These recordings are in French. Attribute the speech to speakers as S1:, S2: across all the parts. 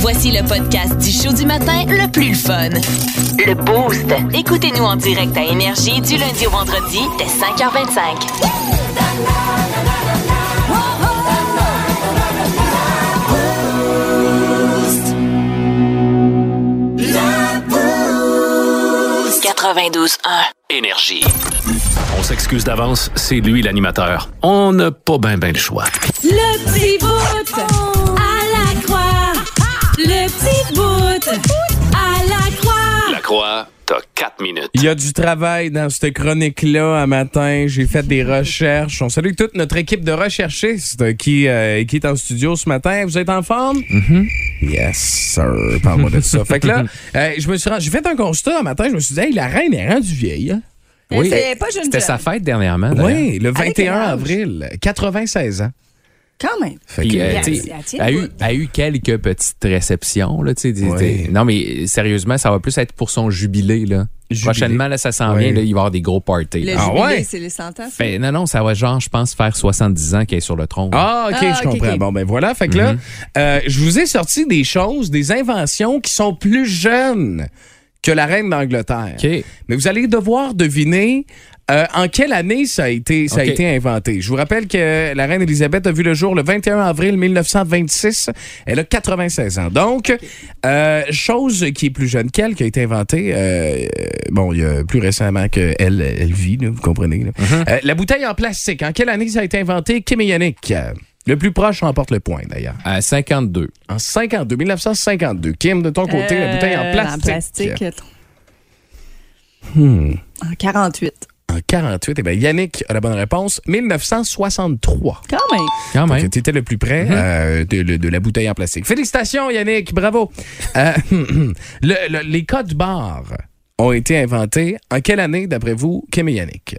S1: Voici le podcast du show du matin le plus fun. Le Boost. Écoutez-nous en direct à Énergie du lundi au vendredi dès 5h25. Boost. 92.1.
S2: Énergie. On s'excuse d'avance, c'est lui l'animateur. On n'a pas ben ben le choix.
S3: Le petit bout à la croix. Le petit bout à la croix.
S2: La croix, t'as 4 minutes.
S4: Il y a du travail dans cette chronique-là à matin. J'ai fait des recherches. On salue toute notre équipe de recherchistes qui, euh, qui est en studio ce matin. Vous êtes en forme? Yes, sir. Parle-moi de ça. fait que là, euh, je me suis rendu- j'ai fait un constat un matin. Je me suis dit, hey, la reine est rendue vieille. hein.
S5: Oui.
S3: C'est pas jeune
S5: C'était
S3: jeune.
S5: sa fête dernièrement. d'ailleurs.
S4: Oui, le
S3: Avec quel
S4: 21
S3: âge?
S4: avril, 96 ans.
S3: Quand même.
S4: Fait
S5: Puis,
S4: que,
S5: euh,
S3: Yes,
S5: tu sais,
S3: elle tient
S5: a,
S3: le
S5: eu, a eu quelques petites réceptions. Là, tu sais, des-
S4: Ouais.
S5: des- Non, mais sérieusement, ça va plus être pour son jubilé. Là.
S4: Jubilé.
S5: Prochainement, là, ça s'en
S4: Ouais.
S5: vient. Là, il va y avoir des gros parties.
S3: Le
S5: là.
S4: Ah
S3: jubilé,
S4: ouais?
S3: c'est les 100 ans.
S5: Ben, non, non, ça va genre, je pense, faire 70 ans qu'elle est sur le trône.
S4: Ah, OK,
S3: Ah,
S4: je
S3: ok,
S4: comprends.
S3: ok. Mhm.
S4: Bon, ben voilà. Fait que là, euh, je vous ai sorti des choses, des inventions qui sont plus jeunes que la reine d'Angleterre.
S5: OK.
S4: Mais vous allez devoir deviner euh, en quelle année ça a été, ça a
S5: OK.
S4: été inventé. Je vous rappelle que la reine Elisabeth a vu le jour le 21 avril 1926. Elle a 96 ans. Donc, euh, chose qui est plus jeune qu'elle, qui a été inventée, euh, bon, il y a plus récemment qu'elle elle vit, là, vous comprenez. là. Euh, la bouteille en plastique, en quelle année ça a été inventé? Kim et Yannick. Euh, le plus proche remporte le point, d'ailleurs.
S5: À 52.
S4: En 52, 1952. Kim, de ton côté, la bouteille en
S3: Euh,
S4: plastique. Hmm.
S3: En 48.
S4: En 48, eh bien, Yannick a la bonne réponse. 1963.
S3: Quand même.
S5: Quand
S4: Donc,
S5: même.
S4: t'étais le plus
S5: Mm-hmm.
S4: près euh, de, le- de la bouteille en plastique. Félicitations, Yannick. Bravo. Euh, le- le- les codes barres ont été inventés en quelle année, d'après vous, Kim et Yannick?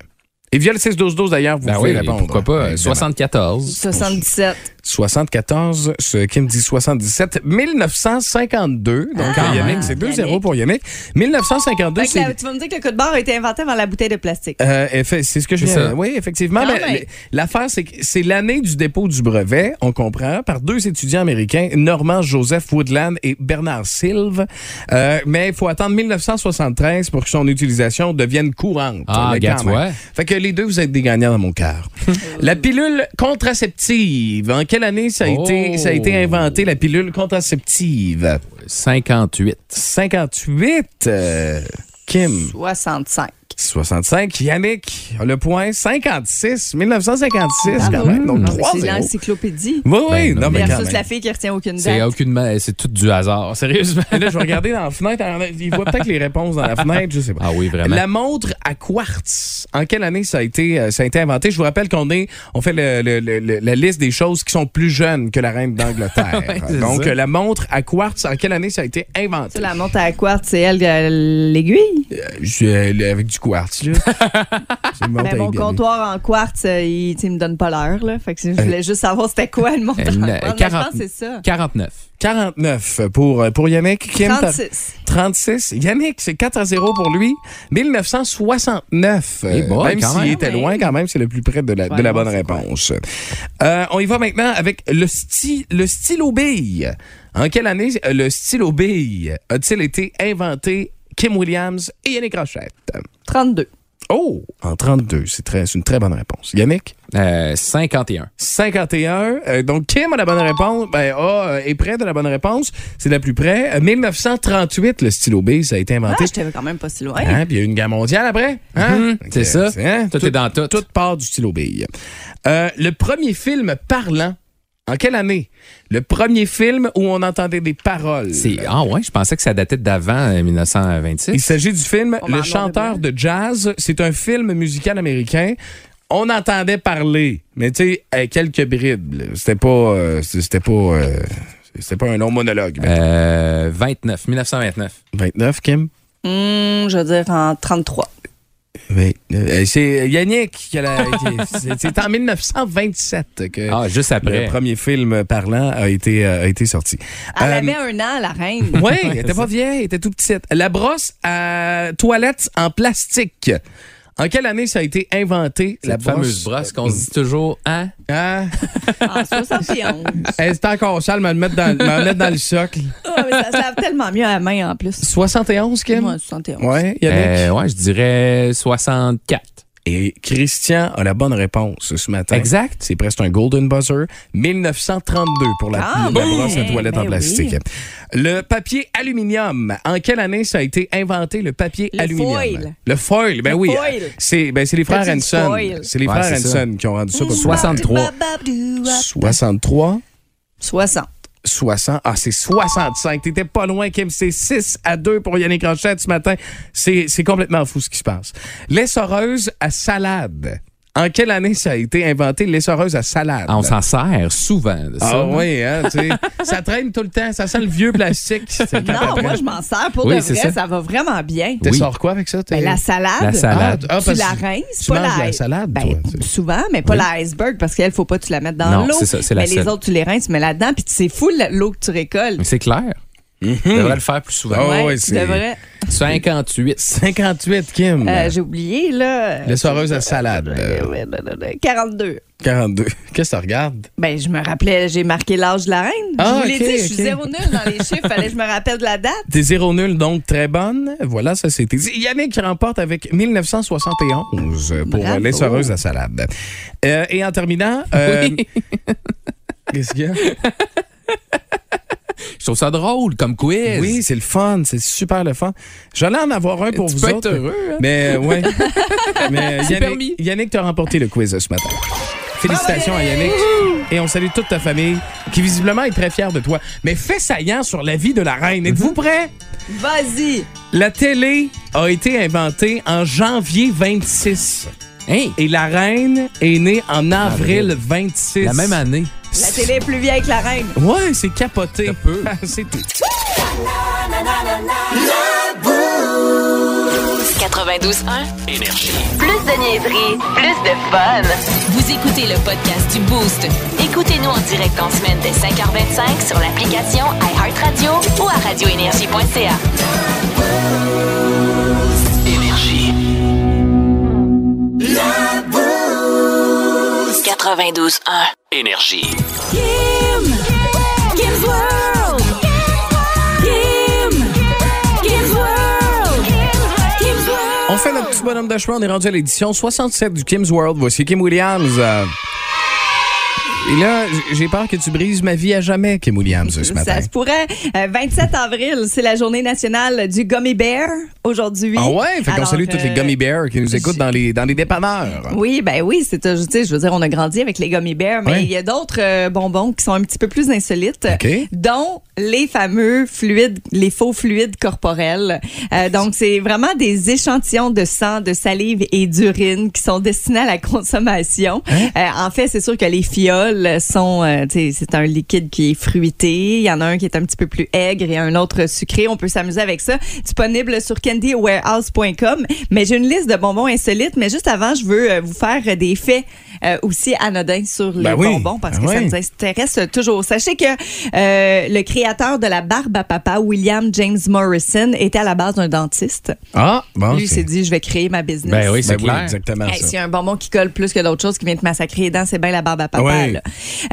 S4: Et via le 6-12-12, d'ailleurs, vous
S5: Ben
S4: pouvez
S5: oui,
S4: répondre.
S2: hein.
S5: pourquoi pas.
S4: Évidemment.
S5: 74.
S3: 77.
S4: 74, ce Kim dit 77. 1952. Donc,
S3: Ah,
S4: Yannick, c'est 2-0 pour Yannick. 1952,
S3: Fait que
S4: c'est...
S3: la- tu vas me dire que le coup de barre a été inventé avant la bouteille de plastique.
S4: Euh, effe- c'est ce que je
S5: C'est
S4: viens-
S5: ça.
S4: Oui, effectivement.
S3: Quand
S4: mais
S3: même.
S4: l- L'affaire, c'est que c'est l'année du dépôt du brevet, on comprend, par deux étudiants américains, Norman Joseph Woodland et Bernard Silve. Euh, mais il faut attendre 1973 pour que son utilisation devienne courante.
S5: Ah,
S4: Mais quand
S5: regarde,
S4: même.
S5: ouais.
S4: Fait que les deux, vous êtes des gagnants dans mon cœur. la pilule contraceptive. En quelle année ça a,
S5: Oh.
S4: été, ça a été inventé, la pilule contraceptive?
S5: 58.
S4: 58. euh, Kim.
S3: 65.
S4: 65. Yannick, le point 56, 1956 quand
S3: Bravo.
S4: même.
S3: Ah,
S4: Donc
S3: Non, mais
S4: 3
S3: C'est
S4: 0.
S3: l'encyclopédie.
S4: Oui, oui,
S5: Ben,
S4: non,
S5: non,
S4: mais quand
S3: Versus la
S4: même.
S3: fille qui retient aucune
S5: C'est
S3: date.
S5: aucunement. C'est tout du hasard. Sérieusement.
S4: Là, je vais regarder dans la fenêtre. Il voit peut-être les réponses dans la fenêtre, je sais pas.
S5: Ah oui, vraiment.
S4: La montre à quartz. En quelle année ça a été, euh, ça a été inventé? Je vous rappelle qu'on est, on fait le- le- le- le- la liste des choses qui sont plus jeunes que la reine d'Angleterre.
S5: Ouais, c'est
S4: Donc,
S5: ça.
S4: euh, la montre à quartz, en quelle année ça a été inventé?
S3: Tu sais, la montre à quartz, c'est elle euh, l'aiguille.
S4: Euh, je- euh, avec du quartz, là. C'est une montre
S3: Ben,
S4: à
S3: mon
S4: égaler.
S3: comptoir en quartz, euh, il, tu sais, il me donne pas l'heure. là. Fait que je voulais juste savoir c'était quoi le montre
S5: Elle,
S3: en
S5: euh,
S3: quartz. Mais Je
S5: 40.
S3: pense que c'est ça.
S5: 49.
S4: 49 pour, euh, pour Yannick. Kim, t'as-
S3: 36.
S4: 36. Yannick, c'est 4 à 0 pour lui. 1969.
S5: Eh boy,
S4: même
S5: quand
S4: s'il
S5: même.
S4: était loin, quand même, c'est le plus près de la, de
S3: Ouais,
S4: la
S3: non,
S4: bonne
S3: c'est quoi.
S4: réponse. Euh, on y va maintenant avec le, sty- le stylo bille. En quelle année euh, le stylo bille a-t-il été inventé? Kim Williams et Yannick Rochette.
S3: 32.
S4: Oh, en 32, c'est très- c'est une très bonne réponse. Yannick?
S5: Euh, 51.
S4: 51. Euh, donc, Kim a la bonne réponse. Ben, A euh, est près de la bonne réponse. C'est la plus près. Euh, 1938, le stylo B, ça a été
S3: Ah,
S4: inventé.
S3: j'étais quand même pas si loin.
S4: Hein, Puis il y a eu une guerre mondiale après. Hein?
S5: Mhm, c'est ça.
S4: hein,
S5: Tout est dans tout.
S4: Tout part du stylo bille. Euh, le premier film parlant, en quelle année? Le premier film où on entendait des paroles.
S5: C'est- Ah ouais, je pensais que ça datait d'avant euh,
S4: Il
S5: 1926.
S4: s'agit du film
S3: On
S4: Le
S3: m'en
S4: chanteur
S3: demande.
S4: de jazz. C'est un film musical américain. On entendait parler, mais tu sais, avec quelques bribes. là. C'était pas, euh, c'était pas, euh, c'était pas un long monologue. mais-
S5: Euh, 29, 1929.
S4: 29, Kim.
S3: Hum, je veux dire en 33.
S4: Euh, c'est Yannick. qui a la- qui- c'est- C'est en 1927 que
S5: Ah, juste
S4: le
S5: après.
S4: premier film parlant a été, euh, a été sorti.
S3: Elle
S4: Euh,
S3: avait un an, la reine.
S4: Oui, elle était pas vieille, elle était tout petite. La brosse à toilette en plastique. En quelle année ça a été inventé, la
S5: Cette fameuse
S4: euh,
S5: brosse qu'on se dit toujours, hein?
S4: Hein?
S6: En 71.
S4: Elle est encore sale, me le mettre dans, me le mettre dans le socle.
S6: Ah, mais ça se lave tellement mieux à la main en plus.
S4: 71, Kim?
S6: Moi, 71.
S4: Ouais, Yannick.
S5: Euh, ouais, je dirais 64.
S4: Et Christian a la bonne réponse ce matin.
S5: Exact.
S4: C'est presque un golden buzzer. 1932 pour la,
S6: Ah,
S4: la
S6: bon.
S4: brosse à
S6: Eh,
S4: toilette
S6: ben
S4: en
S6: oui.
S4: plastique. Le papier aluminium. En quelle année ça a été inventé le papier
S6: Le
S4: aluminium?
S6: foil.
S4: Le foil. Ben
S6: Le
S4: oui.
S6: foil.
S4: C'est ben, c'est les
S6: T'as
S4: frères
S6: dit
S4: Hanson.
S6: foil.
S4: C'est les
S5: Ouais,
S4: frères
S5: c'est ça.
S4: Hanson qui ont rendu ça pour
S5: 63.
S4: 63.
S6: 60.
S4: 60. Ah, c'est 65. T'étais pas loin, Kim. C'est 6 à 2 pour Yannick Rochette ce matin. C'est c'est complètement fou ce qui se passe. L'essoreuse à salade. En quelle année ça a été inventé, l'essoreuse à salade?
S5: Ah, on s'en sert souvent de ça.
S4: Ben. Ah oui, hein, tu sais. ça traîne tout le temps. Ça sent le vieux plastique. C'est quand
S6: Non,
S4: après.
S6: moi, je m'en sers pour
S5: Oui,
S6: de
S5: c'est
S6: vrai.
S5: ça.
S6: Ça. va vraiment bien.
S5: Oui.
S4: T'essores quoi avec ça? t'es-
S6: Ben, la salade.
S5: La salade.
S4: Ah, ah,
S6: Tu
S4: parce
S6: la
S4: que
S6: rinces,
S4: tu
S6: pas
S4: manges
S6: la...
S4: la salade,
S6: Ben,
S4: toi, tu sais.
S6: souvent, mais pas l'iceberg, parce qu'elle, faut pas que tu la mettes dans
S5: Non,
S6: l'eau.
S5: c'est ça, c'est la
S6: Mais les
S5: seule.
S6: autres, tu les rinces, mais là-dedans, puis c'est fou la- l'eau que tu récoltes.
S5: Mais c'est clair. On devrait le faire plus souvent.
S4: Mm-hmm. Ah ouais,
S6: tu
S4: c'est-
S6: devrais.
S5: 58.
S4: 58, Kim.
S6: Euh, J'ai oublié, là. euh,
S4: l'essoreuse à salade. euh,
S6: ouais, ouais, ouais, ouais, 42.
S4: 42. Qu'est-ce que tu regardes?
S6: Ben, je me rappelais, j'ai marqué l'âge de la reine. je
S4: Ah,
S6: vous l'ai
S4: ok,
S6: dit, je suis
S4: ok.
S6: zéro nul dans les chiffres. Fallait que je me rappelle de la date.
S4: Des zéro nuls, donc très bonne. Voilà, ça c'était dit. Yannick remporte avec 1971 euh, pour
S6: Bravo.
S4: l'essoreuse à salade. Euh, et en terminant, euh, qu'est-ce qu'il y a?
S5: Je trouve ça drôle comme quiz.
S4: Oui, c'est le fun, c'est super le fun. J'allais en avoir un pour
S5: Tu
S4: vous
S5: peux
S4: autres.
S5: être heureux, hein?
S4: Mais euh, ouais. Mais euh,
S5: permis.
S4: Yannick, Yannick t'as remporté le quiz euh, ce matin. Félicitations à Yannick. Et on salue toute ta famille qui visiblement est très fière de toi. Mais fais saillant sur la vie de la reine.
S5: Mm-hmm.
S4: Êtes-vous prêts?
S6: Vas-y.
S4: La télé a été inventée en janvier 26
S5: Hein?
S4: et la reine est née en avril 26.
S5: La même année.
S6: La télé est plus vieille que la reine.
S4: Ouais, c'est capoté.
S5: Ça peut.
S4: c'est tout.
S1: 92.1 Énergie. Plus de niaiserie, plus de fun. Vous écoutez le podcast du Boost. Écoutez-nous en direct en semaine dès 5h25 sur l'application iHeartRadio ou à radioénergie.ca. Énergie. 92.1
S2: Énergie.
S3: Kim! Kim's World! Kim! Kim's World! Kim's World!
S4: On fait notre petit bonhomme de chemin. On est rendu à l'édition 67 du Kim's World. Voici Kim Williams. euh. Et là, j- j'ai peur que tu brises ma vie à jamais, Kim Williams, ce matin.
S6: Ça se pourrait. Euh, 27 avril, c'est la journée nationale du gummy bear aujourd'hui.
S4: Ah ouais? Fait qu'on
S6: Alors,
S4: salue toutes les
S6: euh,
S4: gummy bears qui nous écoutent dans les, dans les dépanneurs.
S6: Oui, ben oui, c'est euh, je tu sais, je veux dire on a grandi avec les gummy bears, mais
S4: Ouais.
S6: il y a d'autres euh, bonbons qui sont un petit peu plus insolites,
S4: OK.
S6: dont les fameux fluides, les faux fluides corporels. Euh, donc c'est vraiment des échantillons de sang, de salive et d'urine qui sont destinés à la consommation. Euh, en fait, c'est sûr que les fioles sont euh, tu sais, c'est un liquide qui est fruité, il y en a un qui est un petit peu plus aigre et un autre sucré, on peut s'amuser avec ça. Disponible sur candywarehouse.com, mais j'ai une liste de bonbons insolites, mais juste avant, je veux euh, vous faire euh, des faits euh, aussi anodins sur les
S4: Ben oui.
S6: bonbons parce que
S4: Ben
S6: ça
S4: oui.
S6: nous intéresse toujours. Sachez que euh, le créateur de la barbe à papa, William James Morrison, était à la base d'un dentiste.
S4: Ah, bon.
S6: Lui, il s'est dit, je vais créer ma business.
S5: Ben oui, c'est
S4: Ben oui,
S5: clair.
S4: exactement
S6: Hey,
S4: ça.
S6: S'il y a un bonbon qui colle plus que d'autres choses qui vient te massacrer les dents, c'est bien la barbe à papa.
S4: Ouais.
S6: là.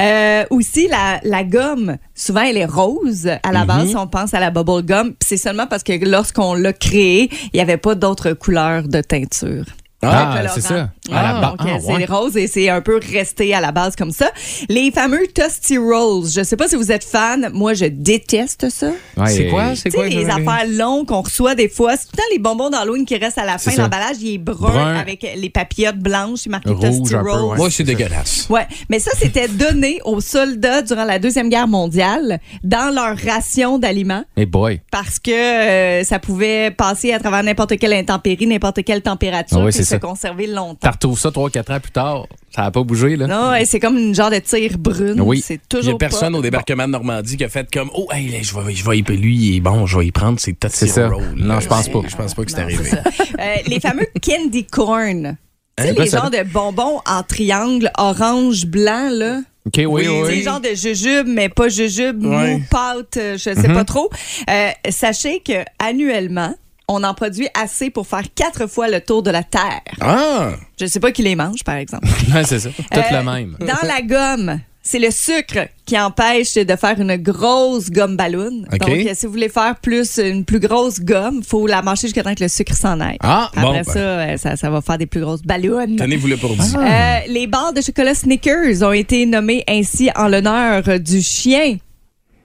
S6: Euh, aussi, la, la gomme, souvent, elle est rose. À
S4: Mhm.
S6: la base, on pense à la bubble gum. puis C'est seulement parce que lorsqu'on l'a créée, il n'y avait pas d'autre couleur de teinture.
S5: Ah,
S6: colorant.
S5: c'est ça.
S6: Ah,
S5: À la ba-
S6: donc,
S5: ah,
S6: euh, c'est
S5: ouais.
S6: rose et c'est un peu resté à la base comme ça. Les fameux Toasty Rolls, je sais pas si vous êtes fan, moi je déteste ça.
S5: Ouais,
S4: C'est quoi?
S5: et-
S4: C'est
S6: Tu
S4: quoi?
S6: sais, les
S4: Jean-Marie?
S6: affaires longues qu'on reçoit des fois, c'est tout le temps les bonbons d'Halloween qui restent à la fin.
S5: ça.
S6: L'emballage, il est brun,
S5: Brun.
S6: avec les papillotes blanches, c'est marqué
S5: Rouge
S6: Toasty
S5: un peu,
S6: Rolls.
S4: Moi, c'est dégueulasse.
S6: Ouais, mais ça c'était donné aux soldats durant la Deuxième Guerre mondiale dans leur ration d'aliments
S5: Eh boy.
S6: parce que euh, ça pouvait passer à travers n'importe quelle intempérie, n'importe quelle température
S5: Ah oui,
S6: puis
S5: c'est
S6: se
S5: ça.
S6: conserver longtemps.
S5: T'as retrouvé ça 3-4 ans plus tard. Ça n'a pas bougé, là.
S6: Non, et c'est comme une genre de tir brune.
S5: Oui.
S6: C'est
S4: Il n'y a
S6: toujours
S4: personne
S6: pas-
S4: au débarquement de Normandie qui a fait comme Oh, hey, là, je vais, je vais y lui, il est bon, je vais y prendre ses
S5: C'est
S4: Tootsie
S5: ça.
S4: Roll.
S5: Non, je pense pas.
S4: Je pense pas que c'est
S6: Non,
S4: arrivé.
S6: c'est ça. Euh, les fameux candy corn.
S4: Hein,
S6: Tu sais,
S5: quoi,
S6: les
S5: ça?
S6: genres de bonbons en triangle orange blanc là.
S5: OK, oui, oui.
S6: C'est
S5: oui.
S6: genre de jujube, mais pas jujube,
S4: Ouais. Mm-hmm.
S6: mou, pâte, euh, je sais pas trop. Euh, sachez que annuellement, on en produit assez pour faire quatre fois le tour de la Terre.
S4: Ah!
S6: Je sais pas qui les mange, par exemple.
S5: Ouais, c'est ça. Tout
S6: Euh,
S5: le même.
S6: Dans la gomme, c'est le sucre qui empêche de faire une grosse gomme ballon.
S4: OK.
S6: Donc, euh, si vous voulez faire plus une plus grosse gomme, faut la mâcher jusqu'à temps que le sucre s'en aille.
S4: Ah,
S6: Après
S4: bon, ben.
S6: ça, euh, ça, ça va faire des plus grosses ballons.
S4: Tenez-vous le pour dit.
S6: Euh, les barres de chocolat Snickers ont été nommées ainsi en l'honneur euh, du chien.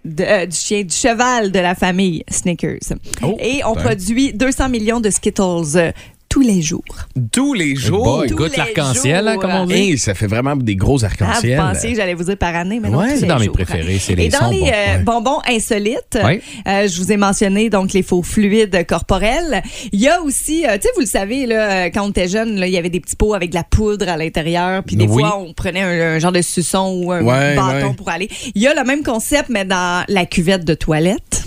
S6: de- euh, du chien, du cheval de la famille Snickers.
S4: Oh,
S6: Et on
S4: ben.
S6: produit 200 millions de Skittles euh, tous les jours.
S4: Tous les jours.
S5: Boy,
S6: Tous
S5: goûte
S6: les
S5: l'arc-en-ciel, hein,
S6: jours.
S5: comme on dit.
S4: Hey, ça fait vraiment des gros
S6: Ah, vous
S4: arc-en-ciel.
S6: pensiez que j'allais vous dire par année, mais non,
S4: Ouais,
S6: tous
S4: c'est
S6: les
S5: dans mes
S6: jours.
S5: préférés, c'est les
S6: Et dans
S5: sons
S6: les
S5: bons,
S6: euh,
S5: ouais.
S6: bonbons insolites,
S5: Ouais.
S6: euh, je vous ai mentionné donc les faux fluides corporels. Il y a aussi, euh, tu sais, vous le savez, là, euh, quand on était jeune, là, il y avait des petits pots avec de la poudre à l'intérieur, puis des
S5: Oui.
S6: fois, on prenait un, un genre de suçon ou un
S4: Ouais,
S6: bâton
S4: ouais.
S6: pour aller. Il y a le même concept, mais dans la cuvette de toilette.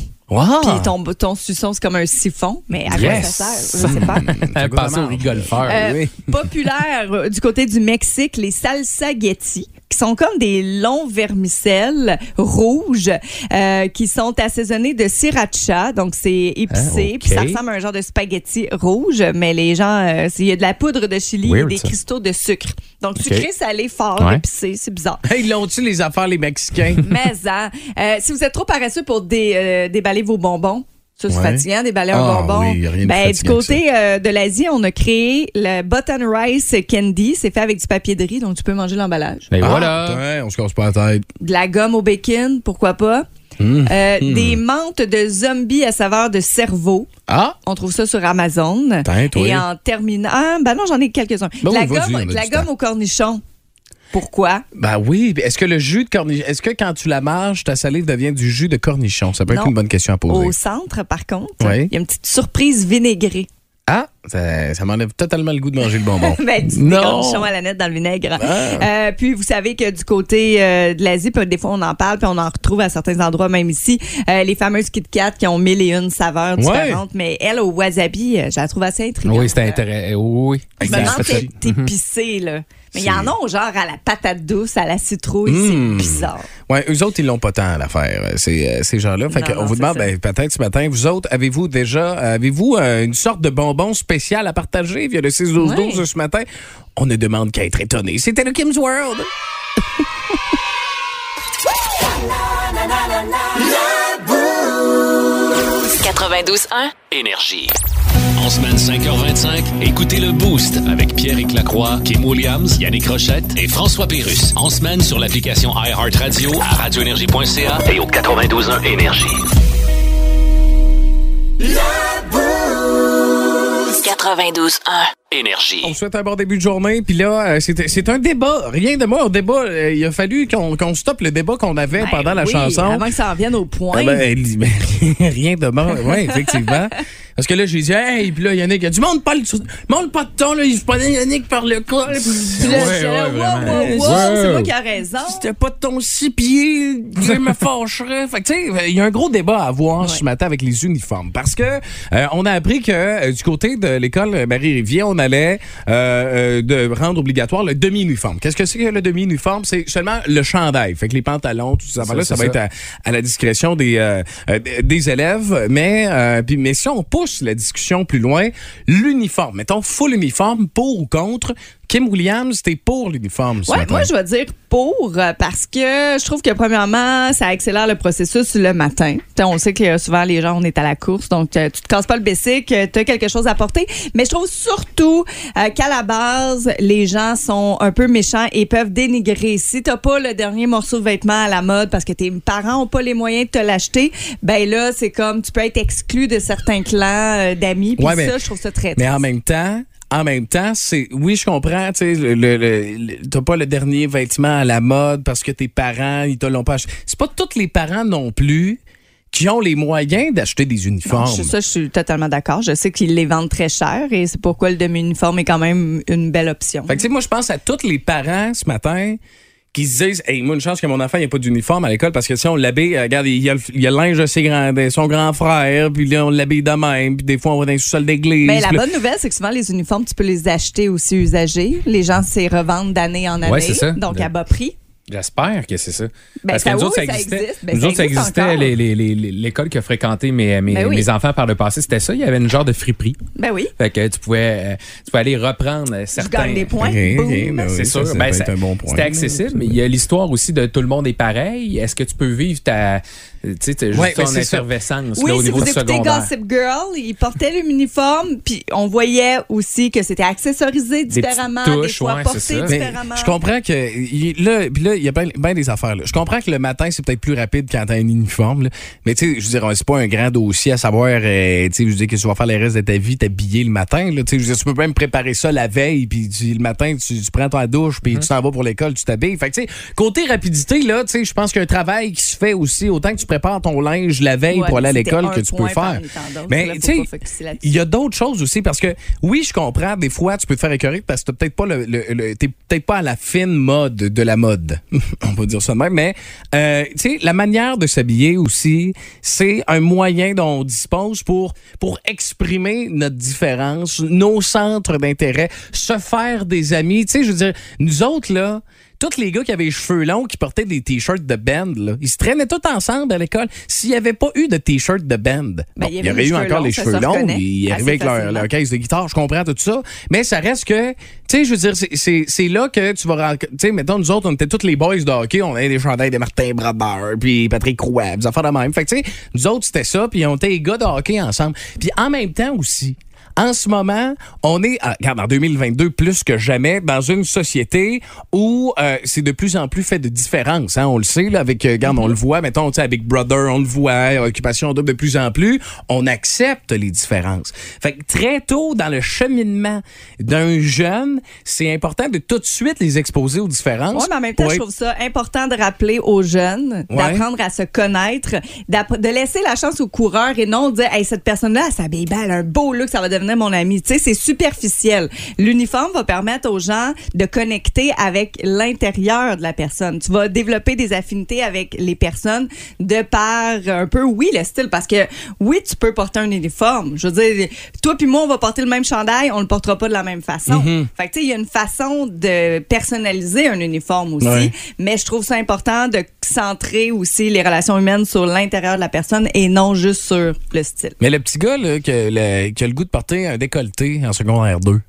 S6: Puis ton, ton suçon, c'est comme un siphon, mais à quoi
S5: Ah. Yes.
S6: ça sert? Je sais pas.
S5: Euh, Passons au rigolfeur.
S6: Euh, populaire euh, du côté du Mexique, les salsaghetti, qui sont comme des longs vermicelles rouges euh, qui sont assaisonnés de sriracha, donc c'est épicé,
S5: Ah, ok.
S6: puis ça ressemble à un genre de spaghetti rouge, mais les gens, euh, c'est- il y a de la poudre de chili et
S5: Weird,
S6: des
S5: ça.
S6: cristaux de sucre. Donc sucré, salé, fort,
S5: Ouais.
S6: épicé, c'est bizarre.
S4: Hey, l'ont-tu les affaires, les Mexicains?
S6: Mais hein, euh, si vous êtes trop paresseux pour dé- euh, déballer vos bonbons, ça c'est
S4: Ouais.
S6: fatigant, déballer un
S4: Ah
S6: bonbon.
S4: oui, rien de
S6: ben, du
S4: fatigant que ça.
S6: côté euh, de l'Asie, on a créé le Button Rice Candy. C'est fait avec du papier de riz, donc tu peux manger l'emballage.
S5: Ben
S4: Ah,
S5: voilà.
S4: putain, on se casse pas la tête.
S6: De la gomme au bacon, pourquoi pas.
S4: Hum.
S6: Euh, Des menthes de zombies à saveur de cerveau.
S4: Ah!
S6: On trouve ça sur Amazon.
S4: Putain, toi.
S6: Et en terminant... Ah, ben non, j'en ai quelques-uns.
S4: Ben
S6: de la
S4: oui, vas-y, on a
S6: gomme, de
S4: du
S6: la
S4: temps.
S6: gomme au cornichon. Pourquoi?
S4: Ben oui, est-ce que le jus de cornichon, est-ce que quand tu la manges, ta salive devient du jus de cornichon? Ça peut être
S6: Non.
S4: une bonne question à poser.
S6: Au centre, par contre, il
S4: Oui.
S6: y a une petite surprise vinaigrée.
S4: Ah, ça, ça m'enlève totalement le goût de manger le bonbon.
S6: Ben, du
S4: Non.
S6: cornichon à la nette dans le vinaigre. Euh, puis vous savez que du côté euh, de l'Asie, puis des fois on en parle, puis on en retrouve à certains endroits, même ici, euh, les fameuses Kit Kat qui ont mille et une saveurs
S4: Ouais.
S6: différentes. Mais elle, au wasabi, euh, je la trouve assez intrigante. Euh,
S5: Oui, c'était intéressant. Euh, Oui.
S6: Je me demande si
S5: Exact.
S6: elle est épicée, là. Mais il y en a genre à la patate douce, à la citrouille,
S4: Mm.
S6: c'est bizarre.
S4: Ouais, eux autres, ils l'ont pas tant à l'affaire, euh, ces, euh, ces gens-là. Fait
S6: Non,
S4: qu'on
S6: non,
S4: vous
S6: c'est
S4: demande,
S6: ça.
S4: ben, peut-être ce matin, vous autres, avez-vous déjà, euh, avez-vous euh, une sorte de bonbon spécial à partager via le 6-12-12
S6: Ouais.
S4: ce matin? On ne demande qu'à être étonné. C'était le Kim's World!
S1: Boost 92.1.
S2: Énergie. En semaine 5h25, écoutez le Boost avec pierre Lacroix, Kim Williams, Yannick Rochette et François Pérus. En semaine sur l'application iHeartRadio à radioénergie.ca et au 92.1 Énergie.
S1: 92.1.
S4: On vous souhaite un bon début de journée. Puis là, euh, c'est c'est un débat. Rien de moi, un débat. Euh, Il a fallu qu'on qu'on stoppe le débat qu'on avait Oh, pendant
S6: Ben
S4: la
S6: oui,
S4: chanson.
S6: Avant que ça en vienne au point.
S4: Ah ben, elle dit, ben, rien de mort. Oui, effectivement. Parce que là, j'ai dit, hey, puis là, Yannick, il a dit, monte pas, le, monte pas de ton, là, il se prenait Yannick par le col.
S6: Puis là, j'étais là, wow, wow, wow, c'est
S5: Ouais.
S6: moi qui a raison.
S4: C'était pas de ton six pieds, je me fâcherais. Fait que, tu sais, il y a un gros débat à avoir ce matin avec les uniformes. Parce que, euh, on a appris que euh, du côté de l'école Marie-Rivier, on allait euh, euh, de rendre obligatoire le demi-uniforme. Qu'est-ce que c'est que le demi-uniforme? C'est seulement le chandail. Fait que les pantalons, tout ça, là, ça
S5: c'est
S4: va
S5: ça.
S4: être à, à la discrétion des, euh, euh, des- des élèves. Mais, euh, puis, mais si on pousse la discussion plus loin, l'uniforme, mettons full uniforme, pour ou contre, Kim Williams, t'es pour l'uniforme ce
S6: Ouais,
S4: matin.
S6: moi, je vais dire pour euh, parce que je trouve que, premièrement, ça accélère le processus le matin. T'sais, on sait que euh, souvent, les gens, on est à la course, donc euh, tu te casses pas le bessic, tu as quelque chose à porter. Mais je trouve surtout euh, qu'à la base, les gens sont un peu méchants et peuvent dénigrer. Si t'as pas le dernier morceau de vêtement à la mode parce que tes parents ont pas les moyens de te l'acheter, ben là, c'est comme tu peux être exclu de certains clans euh, d'amis. Puis
S4: Ouais, mais-
S6: ça, je trouve ça très
S4: Mais en
S6: triste.
S4: même temps, en même temps, c'est oui, je comprends, tu sais, le, le- le- t'as pas le dernier vêtement à la mode parce que tes parents ils te l'ont pas acheté. C'est pas tous les parents non plus qui ont les moyens d'acheter des uniformes.
S6: Je- ça, je suis totalement d'accord. Je sais qu'ils les vendent très cher et c'est pourquoi le demi-uniforme est quand même une belle option.
S4: Fait que, tu sais, moi, je pense à tous les parents ce matin qui se disent Hey, moi, une chance que mon enfant, il n'y a pas d'uniforme à l'école parce que si on l'habille, euh, regarde, il y a, le- il y a le linge de ses grands, de son grand frère, puis là, on l'habille de même, puis des fois, on va dans le sous-sol d'église.
S6: Mais la
S4: puis là-
S6: bonne nouvelle, c'est que souvent, les uniformes, tu peux les acheter aussi usagés. Les gens s'y revendent d'année en année.
S5: c'est ça.
S6: Donc,
S5: Le-
S6: à bas prix.
S5: J'espère que c'est ça.
S6: Ben,
S5: Parce que
S6: ça,
S5: nous
S6: oui,
S5: autres, ça
S6: ça
S5: existait.
S6: existe. Ben,
S5: Nous
S6: ça
S5: autres, ça
S6: existe
S5: existait.
S6: encore.
S5: les- les- les- les- L'école que fréquentaient mes, mes,
S6: Ben oui.
S5: mes enfants par le passé, c'était ça. Il y avait une genre de friperie.
S6: Ben oui.
S5: Fait que tu pouvais, euh, tu pouvais aller reprendre euh,
S6: Tu
S5: certains.
S6: gagnes des points.
S4: Ok,
S6: Boum.
S4: ok, ben oui,
S5: C'est sûr,
S4: ça, ça
S5: ben,
S4: peut
S5: ça-
S4: être un bon point.
S5: c'était accessible, mais il y a l'histoire aussi de tout le monde est pareil. Est-ce que tu peux vivre ta, tu sais, ta- juste
S4: Ouais, ben,
S5: ton
S4: c'est ça.
S5: effervescence
S6: Oui,
S5: là, au
S6: si
S5: niveau
S6: vous
S5: du
S6: écoutez
S5: secondaire?
S6: Gossip Girl, il portait l'uniforme, puis on voyait aussi que c'était accessorisé
S5: petites
S6: différemment, des
S5: touches,
S6: fois
S5: ouais, c'est
S6: porté
S5: ça.
S4: Mais
S6: différemment.
S4: je comprends que il- là, puis là, il y a bien des affaires. là. Je comprends que le matin, c'est peut-être plus rapide quand t'as un uniforme. là. Mais tu sais, je veux dire, c'est pas un grand dossier à savoir. euh, tu sais, je veux dire que tu vas faire le reste de ta vie, t'habiller le matin. Là, tu sais, je veux dire, tu peux même préparer ça la veille, puis tu- le matin, tu, tu prends ta douche, puis
S6: Mm-hmm.
S4: tu t'en vas pour l'école, tu t'habilles. Fait que tu sais, côté rapidité là, tu sais, je pense qu'il y a un travail qui se fait aussi autant que tu prépares ton linge la veille
S6: Ouais,
S4: pour aller à
S6: mais
S4: l'école
S6: c'était
S4: que
S6: un
S4: tu peux
S6: point
S4: faire.
S6: parmi tant d'autres,
S4: Mais
S6: là, faut
S4: tu sais,
S6: pas focuser là-dessus.
S4: il y a d'autres choses aussi parce que oui, je comprends. Des fois, tu peux te faire écœurer parce que t'as peut-être pas le, le- le- t'es peut-être pas à la fine mode de la mode. On peut dire ça de même, mais euh, tu sais, la manière de s'habiller aussi, c'est un moyen dont on dispose pour pour exprimer notre différence, nos centres d'intérêt, se faire des amis. Tu sais, je veux dire, nous autres là. Tous les gars qui avaient les cheveux longs, qui portaient des t-shirts de band, là, ils se traînaient tous ensemble à l'école. S'il n'y avait pas eu de t-shirts de band,
S6: Ben,
S4: bon,
S6: il y
S4: il y
S6: avait les
S4: aurait eu
S6: cheveux
S4: encore
S6: longs,
S4: les
S6: ça
S4: cheveux
S6: se
S4: longs,
S6: reconnaît Ah,
S4: ils
S6: assez
S4: arrivaient avec leur,
S6: facilement.
S4: leur caisse de guitare, je comprends tout ça, mais ça reste que, tu sais, je veux dire, c'est- c'est c'est là que tu vas rencontrer, tu sais, mettons, nous autres, on était tous les boys de hockey, on avait des chandails de Martin Brodeur, puis Patrick Roy, des affaires de même, fait que, tu sais, nous autres, c'était ça, puis on était les gars de hockey ensemble, puis en même temps aussi, en ce moment, on est, ah, regarde, en 2022, plus que jamais, dans une société où euh, c'est de plus en plus fait de différence. hein. on le sait, là, avec, euh, regarde, on le voit, mettons, tu sais, à Big Brother, on le voit, euh, Occupation Double, de plus en plus, on accepte les différences. Fait que très tôt dans le cheminement d'un jeune, c'est important de tout de suite les exposer aux différences.
S6: Oui, mais en même temps,
S4: pour
S6: je
S4: être-
S6: trouve ça important de rappeler aux jeunes,
S4: Ouais.
S6: d'apprendre à se connaître, d'app- de laisser la chance aux coureurs et non de dire, hey, cette personne-là, elle s'habille bien, elle a un beau look, ça va devenir mon ami. Tu sais, c'est superficiel. L'uniforme va permettre aux gens de connecter avec l'intérieur de la personne. Tu vas développer des affinités avec les personnes de par euh, un peu, oui, le style, parce que oui, tu peux porter un uniforme. Je veux dire, toi puis moi, on va porter le même chandail, on le portera pas de la même façon. Fait que, tu sais, il y a une façon de personnaliser un uniforme aussi,
S4: Ouais.
S6: mais je trouve ça important de centrer aussi les relations humaines sur l'intérieur de la personne et non juste sur le style.
S4: Mais le petit gars là, qui, a le, qui a le goût de porter un décolleté en secondaire 2,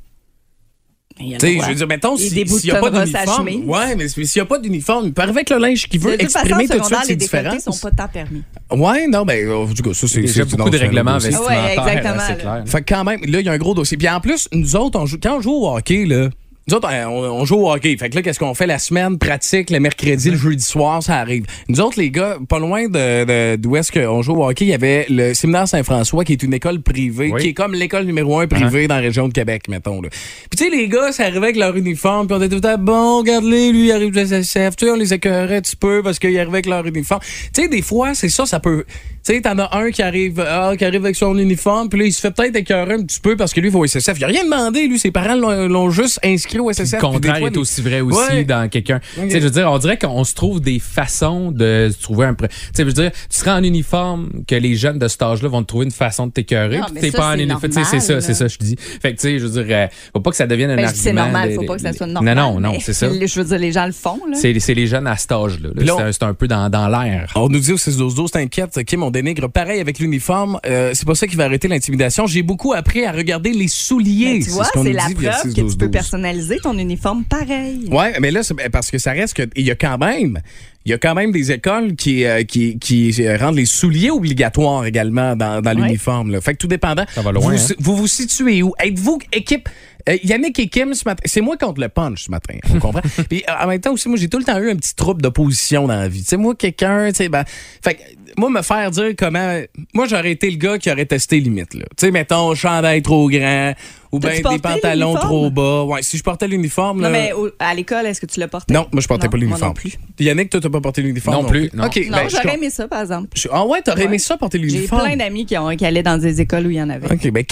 S6: Il y a le
S4: Tu sais,
S6: droit.
S4: je veux dire, mettons,
S6: Il
S4: si- s'il n'y a pas
S6: déboutonera sa
S4: d'uniforme.
S6: chemise.
S4: Ouais, mais s'il n'y a pas d'uniforme, il peut arriver avec le linge qu'il veut
S6: de toute façon,
S4: exprimer tout de
S6: secondaire,
S4: suite ses
S6: les décolletés
S4: différences.
S6: sont pas tant permis.
S4: Ouais, non, ben, euh, du coup, ça, c'est.
S5: Il y
S4: c'est-
S5: a beaucoup
S4: non,
S5: de
S4: c'est un
S5: réglements
S4: dossier.
S6: vestimentaires, Ouais,
S5: vestimentaires,
S6: exactement,
S5: c'est
S6: là.
S5: clair.
S4: Fait que quand même, là, il y a un gros dossier. Puis en plus, nous autres, on joue, quand on joue au hockey, là, nous autres, on, on joue au hockey. Fait que là, qu'est-ce qu'on fait la semaine? Pratique, le mercredi, le jeudi soir, ça arrive. Nous autres, les gars, pas loin de, de- d'où est-ce qu'on joue au hockey, il y avait le séminaire Saint-François, qui est une école privée,
S5: Oui.
S4: qui est comme l'école numéro un privée dans la région de Québec, mettons. Là. Puis tu sais, les gars, ça arrivait avec leur uniforme, puis on était tout le temps, bon, regarde-les, lui, il arrive du SSF. Tu sais, on les écœurait un petit peu parce qu'ils arrivaient avec leur uniforme. Tu sais, des fois, c'est ça, ça peut... Tu sais, t'en as un qui arrive, ah, qui arrive avec son uniforme, puis là, il se fait peut-être écœurer un petit peu parce que lui, il va au SSF. Il a rien demandé, lui. Ses parents l'ont l'ont juste inscrit au SSF.
S5: Le
S4: Puis des
S5: contraire
S4: fois,
S5: est
S4: des-
S5: aussi vrai aussi
S4: Ouais.
S5: dans quelqu'un. Tu sais, je veux dire, on dirait qu'on se trouve des façons de se trouver un. pr- Tu sais, je veux dire, tu seras en uniforme que les jeunes de cet âge-là vont te trouver une façon de t'écœurer.
S6: Non,
S5: puis
S6: mais
S5: t'es
S6: ça,
S5: pas en
S6: c'est
S5: uniforme. Tu sais, C'est ça,
S6: normal,
S5: c'est ça, je te dis. Fait que tu sais, je veux dire, euh, faut pas que ça devienne un
S6: Ben, je dis,
S5: argument.
S6: c'est normal,
S5: de-
S6: faut pas que ça soit
S5: de-
S6: normal.
S5: Non, non, non,
S6: mais
S5: c'est ça.
S6: Je veux dire, les gens le font. Là.
S5: C'est c'est les jeunes à cet âge-là. là.
S4: là,
S5: C'est un- C'est un peu dans, dans l'air.
S4: On nous dit au 6-12-12, t'inquiète, Kim, on dénigre pareil avec l'uniforme. Euh, c'est pas ça qui va arrêter l'intimidation. J'ai beaucoup appris à regarder les souliers.
S6: Mais tu vois,
S4: ce qu'on
S6: c'est
S4: nous
S6: la
S4: dit via
S6: preuve que tu peux
S4: 6-12-12.
S6: personnaliser ton uniforme pareil.
S4: Ouais, mais là, c'est ben, parce que ça reste que il y a quand même, il y a quand même des écoles qui euh, qui, qui euh, rendent les souliers obligatoires également dans, dans l'uniforme. là. Fait que tout dépendant.
S5: Ça va loin,
S4: Vous
S5: hein.
S4: vous, vous situez où Êtes-vous équipe euh, Yannick et Kim ce matin, c'est moi contre le punch ce matin, on comprend. Puis euh, en même temps aussi, moi j'ai tout le temps eu un petit trouble d'opposition dans la vie. Tu sais, moi quelqu'un, tu sais, ben, fait que, moi me faire dire comment, moi j'aurais été le gars qui aurait testé limite là. Tu sais, mettons chandail trop grand ou
S6: T'as-tu
S4: bien des
S6: porté
S4: pantalons
S6: l'uniforme?
S4: trop bas. Ouais, si je portais l'uniforme là.
S6: Non, mais au- à l'école, est-ce que tu l'as porté?
S4: Non, moi, je portais
S6: Non,
S4: pas
S6: Moi non
S4: l'uniforme.
S6: plus.
S4: Yannick, toi, t'as pas porté l'uniforme?
S5: Non plus, non.
S4: OK,
S6: non,
S4: ben, je
S6: j'aurais
S4: com-
S6: aimé ça, par exemple.
S4: je- Ah ouais, t'aurais aimé
S6: Ouais.
S4: ça, porter
S6: J'ai
S4: l'uniforme?
S6: plein d'amis qui, ont, qui allaient dans des écoles où il y en avait.
S4: OK, ben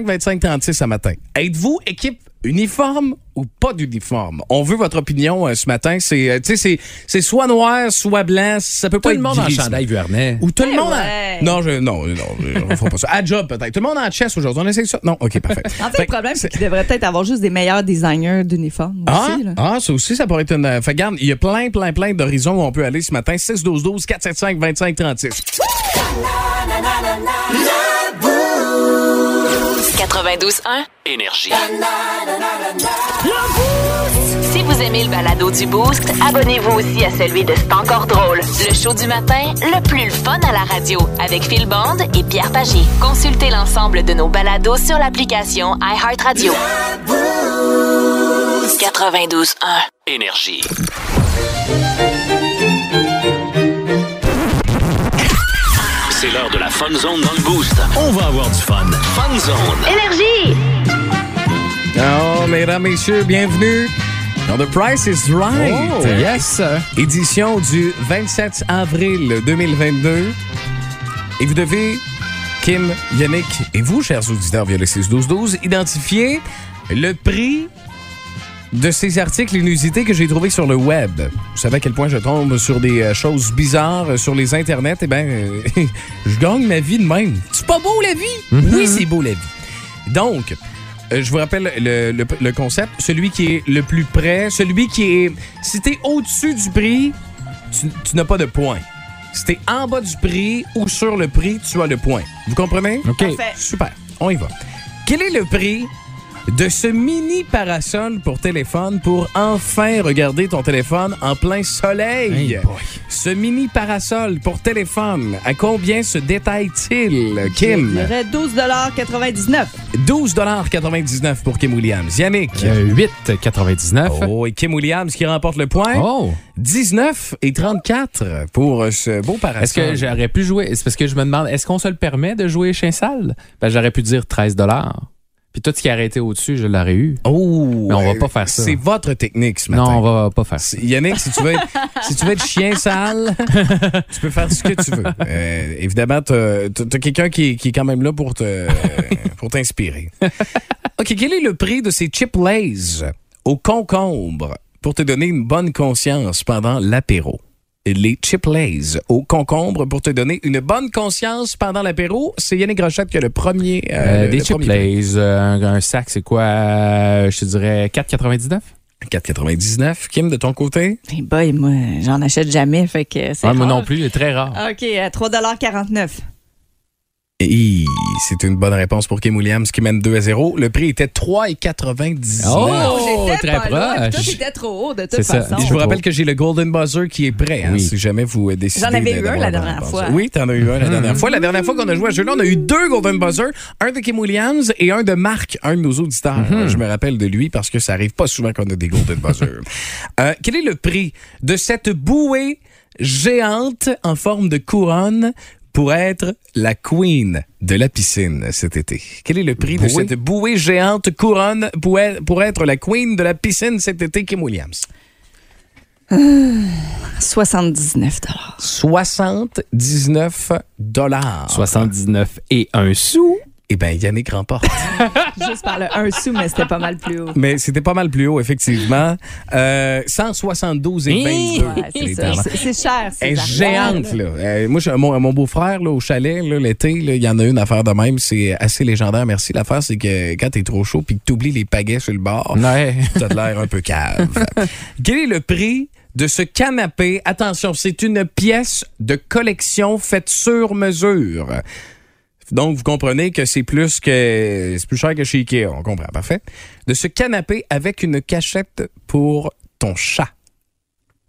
S4: 475-2536 ce matin. Êtes-vous équipe uniforme ou pas d'uniforme? On veut votre opinion euh, ce matin. C'est, euh, tu sais, c'est, c'est soit noir, soit blanc. Ça peut
S5: Tout
S4: pas
S5: le
S4: être
S5: monde en
S4: gris,
S5: chandail Vuarnet.
S4: Ou tout le
S6: Eh
S4: monde en-
S6: ouais.
S4: Non, je... non, non, je- on fera pas ça. À job, peut-être. Tout le monde en chess aujourd'hui. On essaie ça? Non? OK, parfait.
S6: En fait,
S4: Fait
S6: Le
S4: que
S6: problème,
S4: c'est-
S6: c'est qu'il devrait peut-être avoir juste des meilleurs designers d'uniformes
S4: Ah,
S6: aussi. là.
S4: ah, ça aussi, ça pourrait être une. euh, Fait que, regarde, il y a plein, plein, plein d'horizons où on peut aller ce matin. 6, 12, 12, 4, 7, 5, 25, 36.
S1: 92.1.
S2: Énergie.
S1: Si vous aimez le balado du Boost, abonnez-vous aussi à celui de C'est encore drôle. Le show du matin, le plus le fun à la radio, avec Phil Bond et Pierre Pagé. Consultez l'ensemble de nos balados sur l'application iHeartRadio. 92.1.
S2: Énergie. C'est l'heure de la Fun Zone dans le Boost. On va avoir du fun. Fun Zone.
S1: Énergie!
S4: Oh, mesdames, messieurs, bienvenue dans The Price is Right.
S5: Oh, yes!
S4: Édition du 27 avril 2022. Et vous devez, Kim, Yannick et vous, chers auditeurs via le 6-12-12, identifier le prix de ces articles inusités que j'ai trouvés sur le web. Vous savez à quel point je tombe sur des euh, choses bizarres euh, sur les internets. Eh bien, je gagne ma vie de même. C'est pas beau, la vie? Oui, c'est beau, la vie. Donc, euh, je vous rappelle le, le- le concept. Celui qui est le plus près, celui qui est... Si t'es au-dessus du prix, tu, tu n'as pas de point. Si t'es en bas du prix ou sur le prix, tu as le point. Vous comprenez?
S5: OK.
S6: Parfait.
S4: Super. On y va. Quel est le prix de ce mini parasol pour téléphone pour enfin regarder ton téléphone en plein soleil?
S5: Hey boy.
S4: ce mini parasol pour téléphone, à combien se détaille-t-il,
S6: Il
S4: Kim?
S6: y aurait 12,99
S4: 12,99 pour Kim Williams. Yannick?
S5: Euh, 8,99.
S4: Oh, et Kim Williams qui remporte le point.
S5: Oh!
S4: 19 et 34 pour ce beau parasol.
S5: Est-ce que j'aurais pu jouer? C'est parce que je me demande, est-ce qu'on se le permet de jouer chez Salle? Ben, j'aurais pu dire 13 Puis tout ce qui aurait été au-dessus, je l'aurais eu.
S4: Oh,
S5: Mais on va
S4: euh,
S5: pas faire ça.
S4: C'est votre technique ce matin.
S5: Non, on va pas faire ça.
S4: C'est- Yannick, si tu veux être, si tu veux être chien sale, tu peux faire ce que tu veux. Euh, évidemment, t'as as, quelqu'un qui, qui est quand même là pour te euh, pour t'inspirer. OK, quel est le prix de ces chips Lays au concombre pour te donner une bonne conscience pendant l'apéro? Les chips Lays au concombre pour te donner une bonne conscience pendant l'apéro. C'est Yannick Rochette qui a le premier. euh,
S5: Euh,
S4: le-
S5: des
S4: le
S5: chip
S4: premier
S5: lays, euh, un, un sac, c'est quoi? euh, je te dirais 4,99?
S4: 4,99. Kim, de ton côté?
S6: Eh boy, moi, j'en achète jamais, fait que c'est
S5: Ouais, moi
S6: rare.
S5: non plus, il est très rare.
S6: OK, à 3,49
S4: Et c'est une bonne réponse pour Kim Williams qui mène 2 à 0. Le prix était 3,99.
S5: Oh!
S6: J'étais
S5: très
S6: pas loin, puis
S5: proche.
S6: Toi, t'étais trop haut, de
S5: C'est
S6: toute
S5: ça.
S6: façon.
S4: Et je vous rappelle que j'ai le Golden Buzzer qui est prêt, hein,
S5: Oui.
S4: si jamais vous euh, décidez.
S6: J'en avais eu
S4: de- d'avoir
S6: un la
S4: Golden
S6: dernière
S4: Buzzer.
S6: fois.
S4: Oui, t'en as eu
S5: Mm-hmm.
S4: un la dernière fois. La dernière fois qu'on a joué à ce jeu-là, on a eu deux Golden Buzzer, un de Kim Williams et un de Marc, un de nos auditeurs.
S5: Mm-hmm.
S4: Je me rappelle de lui parce que ça arrive pas souvent qu'on a des Golden Buzzer. Euh, quel est le prix de cette bouée géante en forme de couronne pour être la queen de la piscine cet été? Quel est le prix de
S5: Bouée?
S4: cette bouée géante couronne pour être, pour être la queen de la piscine cet été, Kim Williams?
S6: 79
S4: 79 dollars.
S5: 79 et un sou.
S4: Eh bien, Yannick remporte.
S6: Juste par le 1 sou, mais c'était pas mal plus haut.
S4: Mais c'était pas mal plus haut, effectivement. Euh, 172 et 22.
S6: Ouais, c'est ça.
S4: évidemment.
S6: C'est- C'est cher,
S4: Elle est
S6: c'est
S4: géante, là. Euh, moi, j'ai- mon, mon beau-frère, là, au chalet, là, l'été, là, il y en a une affaire de même. C'est assez légendaire, merci. L'affaire, c'est que quand t'es trop chaud puis que t'oublies les pagaies sur le bord,
S5: Ouais.
S4: t'as de l'air un peu cave. Quel est le prix de ce canapé? Attention, c'est une pièce de collection faite sur mesure. Donc, vous comprenez que c'est plus que c'est plus cher que chez Ikea. On comprend, parfait. De ce canapé avec une cachette pour ton chat.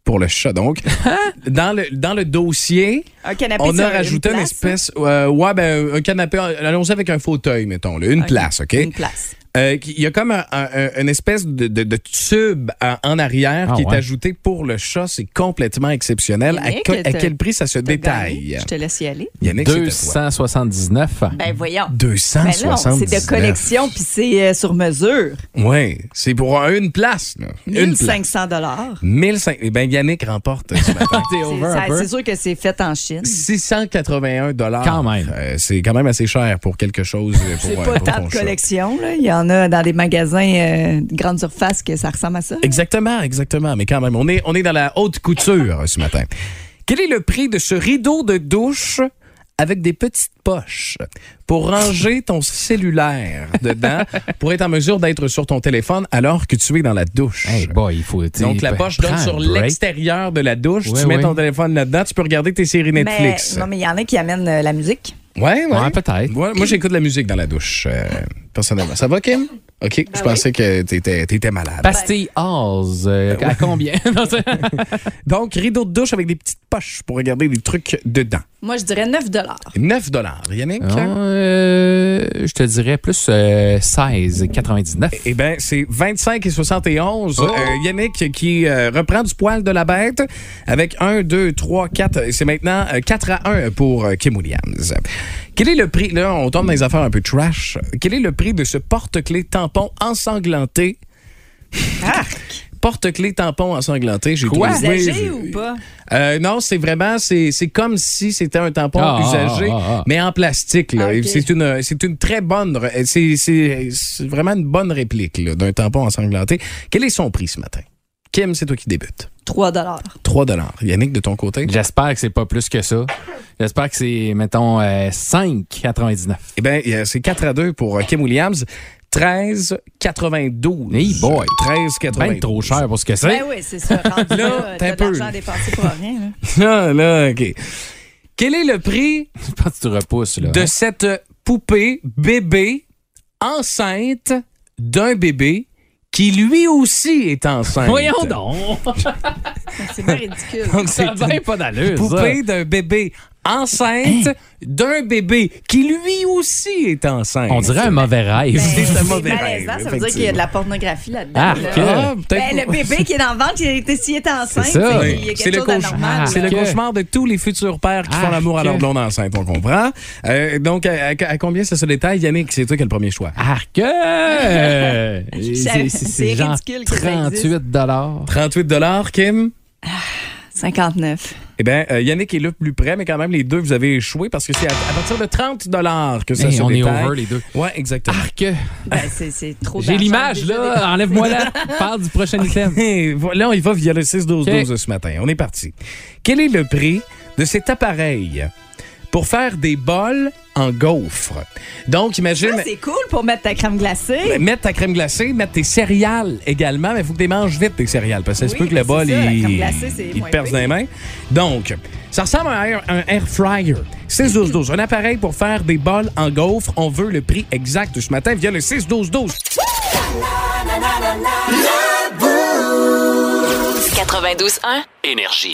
S4: Pour le chat, donc. dans, le, dans le dossier,
S6: Un canapé
S4: on
S6: sur
S4: a rajouté une,
S6: place,
S4: espèce... euh, ouais, ben, un canapé... Allons-y avec un fauteuil, mettons. là, une
S6: Ok.
S4: place, OK?
S6: Une place.
S4: Euh, qui- Il y a comme un- un- un- une espèce de, de- de tube en, en arrière
S5: Ah
S4: qui
S5: ouais.
S4: est ajouté pour le chat. C'est complètement exceptionnel. À,
S6: Yannick,
S4: que- à
S6: t'as-
S4: quel prix ça se
S6: T'as
S4: détaille?
S6: gagné. Je te laisse y aller.
S4: Yannick, c'est à toi.
S5: 279.
S6: Ben voyons. Ben non,
S4: 279.
S6: c'est de collection, puis c'est euh, sur mesure.
S4: Oui, c'est pour un- une place. Là. Une place.
S6: 1500 dollars.
S4: 1500. Eh bien, Yannick remporte ce matin.
S5: T'es
S6: C'est
S5: over un
S6: ça-
S5: peu.
S6: c'est sûr que c'est fait en Chine.
S4: 681 dollars. Euh,
S5: Quand même.
S4: c'est quand même assez cher pour quelque chose. euh, Pour,
S6: C'est pas
S4: euh, pour
S6: tant
S4: ton
S6: de
S4: chat.
S6: collection. là. Il y en a dans des magasins euh, de grande surface que ça ressemble à ça.
S4: Exactement, exactement. Mais quand même, on est, on est dans la haute couture euh, ce matin. Quel est le prix de ce rideau de douche avec des petites poches pour ranger ton cellulaire dedans pour être en mesure d'être sur ton téléphone alors que tu es dans la douche.
S5: Hey boy, il faut. ben,
S4: Donc, la poche donne sur l'extérieur de la douche.
S5: Ouais,
S4: tu mets
S5: ouais.
S4: ton téléphone là-dedans, tu peux regarder tes séries
S6: Mais-
S4: Netflix.
S6: non, mais il y en a qui amènent euh, la musique.
S4: Ouais, ouais.
S5: Ouais, peut-être.
S4: Moi, moi, j'écoute la musique dans la douche, euh, personnellement. Ça va, Kim? OK. je pensais que t'étais étais malade.
S5: Pastille Oz, euh,
S4: Ben
S5: à combien? Non, c'est-
S4: Donc, rideau de douche avec des petites poches pour regarder des trucs dedans.
S6: Moi, je dirais 9
S4: 9 Yannick?
S5: Non, euh, je te dirais plus euh, 16,99.
S4: Eh bien, c'est 25 et 71.
S5: Oh.
S4: Euh, Yannick qui euh, reprend du poil de la bête avec 1, 2, 3, 4. C'est maintenant euh, 4 à 1 pour euh, Kim Williams. Quel est le prix, là, on tombe dans les affaires un peu trash. Quel est le prix de ce porte-clés tampon ensanglanté?
S6: Ah!
S4: Porte-clés tampon ensanglanté, j'ai
S5: Quoi?
S4: trouvé-
S6: Usagé ou pas?
S4: Euh, non, c'est vraiment, c'est c'est comme si c'était un tampon
S5: Ah, ah,
S4: usagé,
S5: ah, ah.
S4: mais en plastique. là.
S6: Ah,
S4: Et
S6: ok.
S4: C'est une, c'est une très bonne, re- c'est- c'est c'est vraiment une bonne réplique là, d'un tampon ensanglanté. Quel est son prix ce matin? Kim, c'est toi qui débute.
S6: 3
S4: 3 Yannick, de ton côté?
S5: J'espère que c'est pas plus que ça. J'espère que c'est, mettons, euh, 5,99.
S4: Eh bien, euh, c'est 4 à 2 pour euh, Kim Williams. 13,92.
S5: Hey boy.
S4: 13,92.
S5: Ben trop cher pour ce que c'est.
S6: Ben oui, c'est ça. Rendu
S4: Là,
S6: là,
S4: t'as
S6: t'as
S4: un peu.
S6: de l'argent dépensé pour rien. là.
S5: Ben
S4: Ah, là, OK. Quel est le prix
S5: Je pense que tu repousses, là.
S4: de cette poupée bébé enceinte d'un bébé qui lui aussi est enceinte.
S5: Voyons donc!
S6: C'est bien ridicule.
S4: Donc c'est
S5: Ça va
S4: une
S5: pas d'allure,
S4: poupée d'un bébé enceinte
S5: Hein?
S4: d'un bébé qui lui aussi est enceinte.
S5: On dirait un mauvais rêve.
S4: C'est un
S6: Ben,
S4: mauvais
S6: malaisant,
S4: rêve,
S6: Ça veut dire qu'il y a de la pornographie là-dedans.
S5: Ah,
S6: là.
S5: ok.
S4: Ah, peut-être
S6: Ben, le
S4: pas.
S6: bébé qui est dans le ventre, il était, s'il était enceinte,
S5: C'est ça.
S6: c'est- il y a
S4: C'est
S6: quelque
S4: le,
S6: chose d'anormal.
S4: cauchemar, Ah, c'est
S6: là.
S4: le
S5: Ok.
S4: cauchemar de tous les futurs pères qui
S5: Ah,
S4: font l'amour à
S5: ok.
S4: leur blonde enceinte, on comprend. Euh, donc, à, à- à combien ça se détaille? Yannick, c'est toi qui as le premier choix.
S5: Arc! euh, C'est
S6: savais- c'est
S5: c'est genre
S6: ridicule que ça
S5: 38 dollars.
S4: 38 Kim?
S6: 59.
S4: Eh bien, Yannick est là plus près, mais quand même, les deux, vous avez échoué parce que c'est à, à partir de 30 que ça
S5: Hey,
S4: se
S5: on est
S4: détaille.
S5: over, les deux. Ah.
S4: Ouais, exactement.
S5: Arc!
S6: Ben, c'est- c'est trop
S5: J'ai
S6: d'argent
S5: l'image,
S6: déjà
S5: là. Enlève-moi là. Parle du prochain item.
S4: Et voilà, on y va via le 6-12-12
S5: OK.
S4: ce matin. On est parti. Quel est le prix de cet appareil pour faire des bols en gaufres? Donc, imagine...
S6: dépensé. Ah, c'est cool pour mettre ta crème glacée.
S4: Ben, Mettre ta crème glacée, mettre tes céréales également, mais il faut que tu les manges vite, tes céréales, parce que ça se
S6: Oui,
S4: peut que le
S6: c'est
S4: bol,
S6: ça, la crème
S4: il,
S6: glacée, c'est
S4: il te
S6: moins
S4: perce dans
S6: pire.
S4: les mains. Donc, ça ressemble à un air, un air fryer. 6-12-12, un appareil pour faire des bols en gaufres. On veut le prix exact ce matin via le 6-12-12.
S1: 92.1.
S2: Énergie.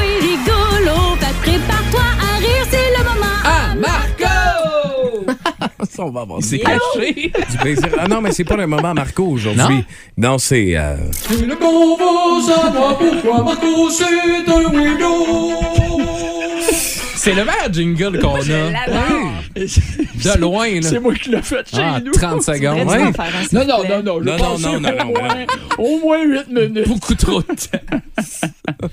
S3: et rigolo, fait que prépare-toi à rire, c'est le moment.
S5: Ah, Marco!
S4: Ça, on va avoir ça.
S5: caché.
S4: Du plaisir. Ah non, mais c'est pas le moment Marco aujourd'hui. Non, c'est... euh,
S5: Le convo, ça doit pourquoi Marco, c'est un weirdo. C'est le meilleur jingle qu'on a.
S6: L'adore.
S5: De loin, là.
S7: C'est moi qui l'ai fait chez
S5: Ah,
S7: nous.
S5: 30
S6: Faudrait
S5: secondes.
S6: que tu
S5: Ouais.
S6: m'en fasses un, s'il
S7: Non,
S6: te
S7: non,
S6: plaît.
S7: non, non.
S4: Non,
S7: je
S4: non,
S7: pense
S4: non, non, non,
S7: Au moins, au moins 8 minutes.
S5: Beaucoup trop de temps.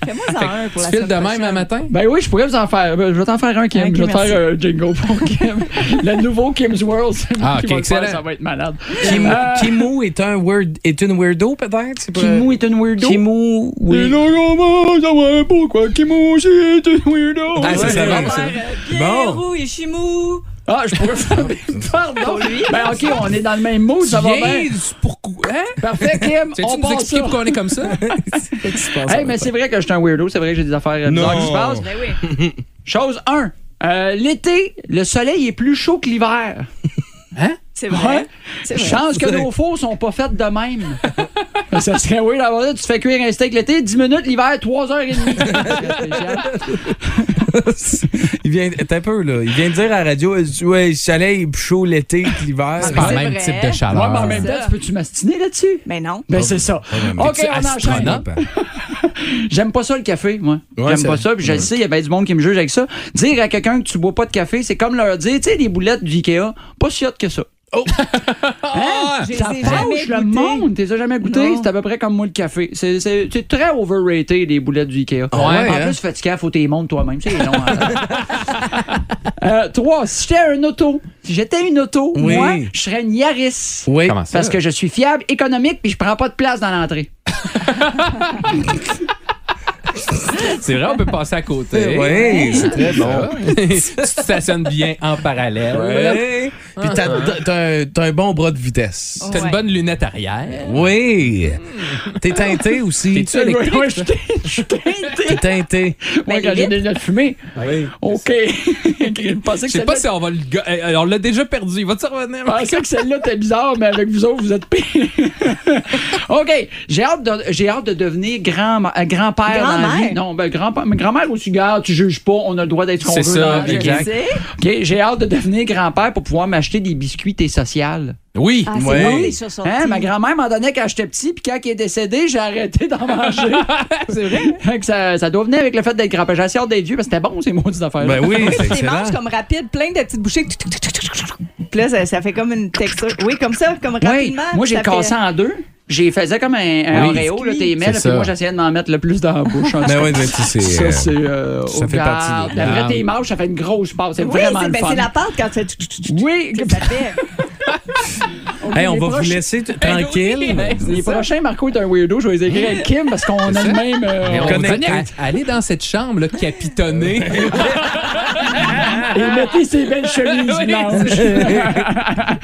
S6: Fais-moi en un pour
S5: Tu
S6: la
S5: files de même un
S6: semaine prochaine.
S5: matin?
S7: Ben oui, je pourrais vous en faire. Ben, Je vais t'en faire un, Kim.
S6: Ok,
S7: je vais te
S6: merci.
S7: faire un jingle pour Kim. le nouveau Kim's World. c'est moi
S5: Ah,
S7: qui
S5: ok,
S7: vais le faire,
S5: excellent.
S7: ça va être malade.
S4: Kimou,
S7: Euh,
S4: Kimou est, un weird, est une weirdo, peut-être? C'est pas-
S7: Kimou est une weirdo.
S4: Kimou,
S7: Et
S4: oui.
S7: là, comment ça va? Pourquoi Kimou, c'est une weirdo?
S4: Ah, ça, ça
S7: Ouais.
S4: va,
S6: Faire,
S4: ça.
S6: euh, Pierre,
S4: Bon.
S6: Roux et Chimou.
S7: Ah, je pourrais faire. Pardon. Ben, ok, on est dans le même mood, ça va bien.
S5: Yes, pourquoi? Hein?
S7: Parfait, Kim.
S5: Tu
S7: On
S5: nous
S7: passe
S5: expliquer
S7: ça.
S5: pourquoi on est comme ça?
S7: Hey, mais c'est vrai que je suis un weirdo, c'est vrai que j'ai des affaires euh, bizarres qui se passent.
S6: Ben oui.
S7: Chose 1. L'été, le soleil est plus chaud que l'hiver.
S6: C'est vrai.
S7: Ouais.
S6: C'est vrai.
S7: Chance que nos fours sont pas faites de même. ça serait oui d'avoir ça. Tu te fais cuire un steak l'été, 10 minutes, l'hiver, 3h30.
S4: Il vient, t'as un peu, là. Il vient de dire à la radio, euh, ouais, le soleil est plus chaud l'été que l'hiver.
S5: C'est pas
S6: C'est
S5: le même
S6: vrai.
S5: type de
S7: Ouais, mais
S5: chaleur.
S7: en même temps, tu peux-tu m'astiner là-dessus?
S6: Mais non.
S7: Ben, c'est ça. OK, on enchaîne. J'aime pas ça, le café, moi.
S4: Ouais,
S7: J'aime
S4: c'est-
S7: pas ça, puis je le sais, il y a bien du monde qui me juge avec ça. Dire à quelqu'un que tu bois pas de café, c'est comme leur dire, tu sais, les boulettes du Ikea, pas si hot que ça.
S4: Ah!
S7: Hein?
S6: Je
S7: Ça
S6: les ai
S7: fâche
S6: Ah, jamais
S7: le
S6: goûtés.
S7: monde. T'es as jamais goûté?
S6: Non.
S7: C'est à peu près comme moi le café. C'est- C'est c'est très overrated, les boulettes du Ikea.
S4: ouais,
S7: en
S4: hein?
S7: plus, fatigant, faut tes montres toi-même. C'est long. hein? Euh, trois, si j'étais un auto, si j'étais une auto,
S4: Oui.
S7: moi, je serais une Yaris.
S4: Oui.
S5: Comment ça?
S7: Parce que je suis fiable, économique, puis je prends pas de place dans l'entrée.
S5: C'est vrai, on peut passer à côté.
S4: Oui, c'est très bon.
S5: tu te stationnes bien en parallèle.
S4: Oui. Puis
S6: Ah.
S4: t'as- t'as- t'as un- t'as un bon bras de vitesse.
S5: T'as une
S6: Ouais.
S5: bonne lunette arrière.
S4: Oui. T'es teinté aussi.
S5: T'es-tu électrique?
S7: Ouais, je t'ai- je t'ai-
S4: T'es teinté.
S7: Moi, quand j'ai des lunettes fumées. OK. Je pensais
S5: Je
S7: que
S5: sais
S7: celle-là-
S5: pas si on va le. ga- eh, On l'a déjà perdu. Il va-tu revenir?
S4: Ah.
S7: Je pensais que celle-là était bizarre, mais avec vous autres, vous êtes pire. OK. J'ai hâte de, j'ai hâte de devenir grand, euh, grand-père dans la
S6: Grand-mère?
S7: vie. Non, ben, grand-père, mais grand-mère aussi, gars, tu juges pas, on a le droit d'être ce qu'on
S5: C'est
S7: veut.
S5: ça,
S7: dans la vie.
S5: exact.
S7: OK. J'ai hâte de devenir grand-père pour pouvoir m'acheter des biscuits et sociales.
S5: Oui.
S6: Ah, c'est
S4: Ouais.
S6: bon, les choses sont
S7: Hein,
S6: petites.
S7: ma grand-mère m'en donnait quand j'étais petit, puis quand elle est décédée, j'ai arrêté d'en manger. c'est vrai? hein? ça, ça doit venir avec le fait d'être grand-père. J'ai assez hâte d'être vieux, parce que c'était bon, ces maudites affaires.
S4: Ben oui, c'est
S6: Tu les
S4: excellent.
S6: manges comme rapide, plein de petites bouchées. Puis là, ça, ça fait comme une texture. Oui, comme ça, comme rapidement.
S7: moi, j'ai
S6: ça
S7: cassé
S6: fait-
S7: en deux. J'ai faisais comme un, un
S5: Oui.
S7: Oreo, là, t'es
S5: C'est
S7: mêles, puis
S5: ça.
S7: moi, j'essayais de m'en mettre le plus dans la bouche. En tout
S4: Ben
S7: cas.
S4: oui, mais tu sais,
S7: ça,
S4: euh,
S7: c'est. euh,
S4: ça
S7: au
S4: fait partie
S7: garde.
S4: des
S7: Après,
S5: gardes.
S7: tes marches, ça fait une grosse passe. C'est
S6: Oui,
S7: vraiment
S6: c'est
S7: le
S6: ben,
S7: fun.
S6: c'est la pâte quand ça fait.
S7: Oui,
S6: Ça fait.
S4: Hey, on
S7: les
S4: va vous
S7: proches-
S4: laisser
S6: Eh
S4: t- tranquille.
S7: les prochains, Marco est un weirdo. Je vais les écrire avec Kim parce qu'on a le même. euh,
S5: Mais on
S4: Connecté.
S5: venait à- aller dans cette chambre là, capitonnée.
S7: Et mettez ses belles chemises blanches.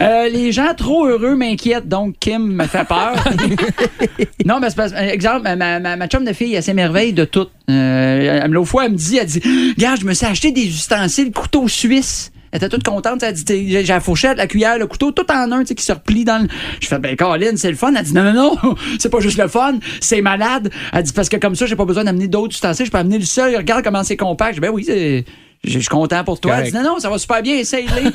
S7: Euh, les gens trop heureux m'inquiètent, donc Kim me fait peur. non, mais c'est parce euh, exemple, ma, ma, ma chum de fille, elle s'émerveille de tout. Euh, elle me- L'autre fois, elle me dit, elle dit, regarde, je me suis acheté des ustensiles couteau suisse. Elle était toute contente, elle dit, T'es- j'ai j'ai la fourchette, la cuillère, le couteau, tout en un, tu sais, qui se replie dans le... Je fais, ben, Colin, c'est le fun. Elle dit, non, non, non, c'est pas juste le fun, c'est malade. Elle dit, parce que comme ça, j'ai pas besoin d'amener d'autres ustensiles, je peux amener le seul, regarde comment c'est compact. Je dis, ben oui, c'est- Je je suis content pour toi. Elle dit, non, non, ça va super bien, essaye-les.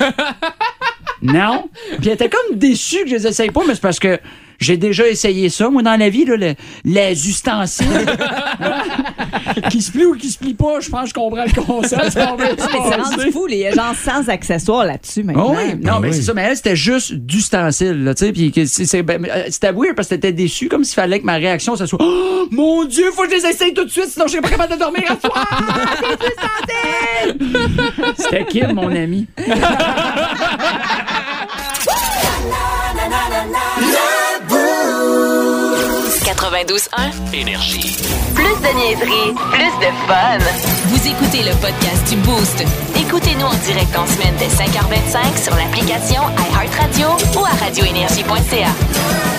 S7: Non. Puis elle était comme déçue que je les essaye pas, mais c'est parce que j'ai déjà essayé ça, moi, dans la vie, là, le- les ustensiles. qui se plient ou qui se plient pas, je pense que je comprends le concept. ça va bien se
S6: Ah, mais c'est rendu
S7: passer.
S6: fou, les gens sans accessoires là-dessus
S7: Oh
S6: maintenant.
S7: oui, non, mais c'est ça, mais elle, c'était juste d'ustensiles, là, tu sais, puis que c'est- c'est- ben, euh, c'était weird parce que t'étais déçu, comme s'il fallait que ma réaction, ça soit Oh, mon Dieu, faut que je les essaye tout de suite, sinon je serais pas capable de dormir à soir! Les ustensiles! C'était Kim, mon ami.
S1: Rouge 92.1.
S2: Énergie.
S1: Plus de niaiserie, plus de fun. Vous écoutez le podcast du Boost. Écoutez-nous en direct en semaine dès 5h25 sur l'application iHeartRadio ou à radioénergie.ca.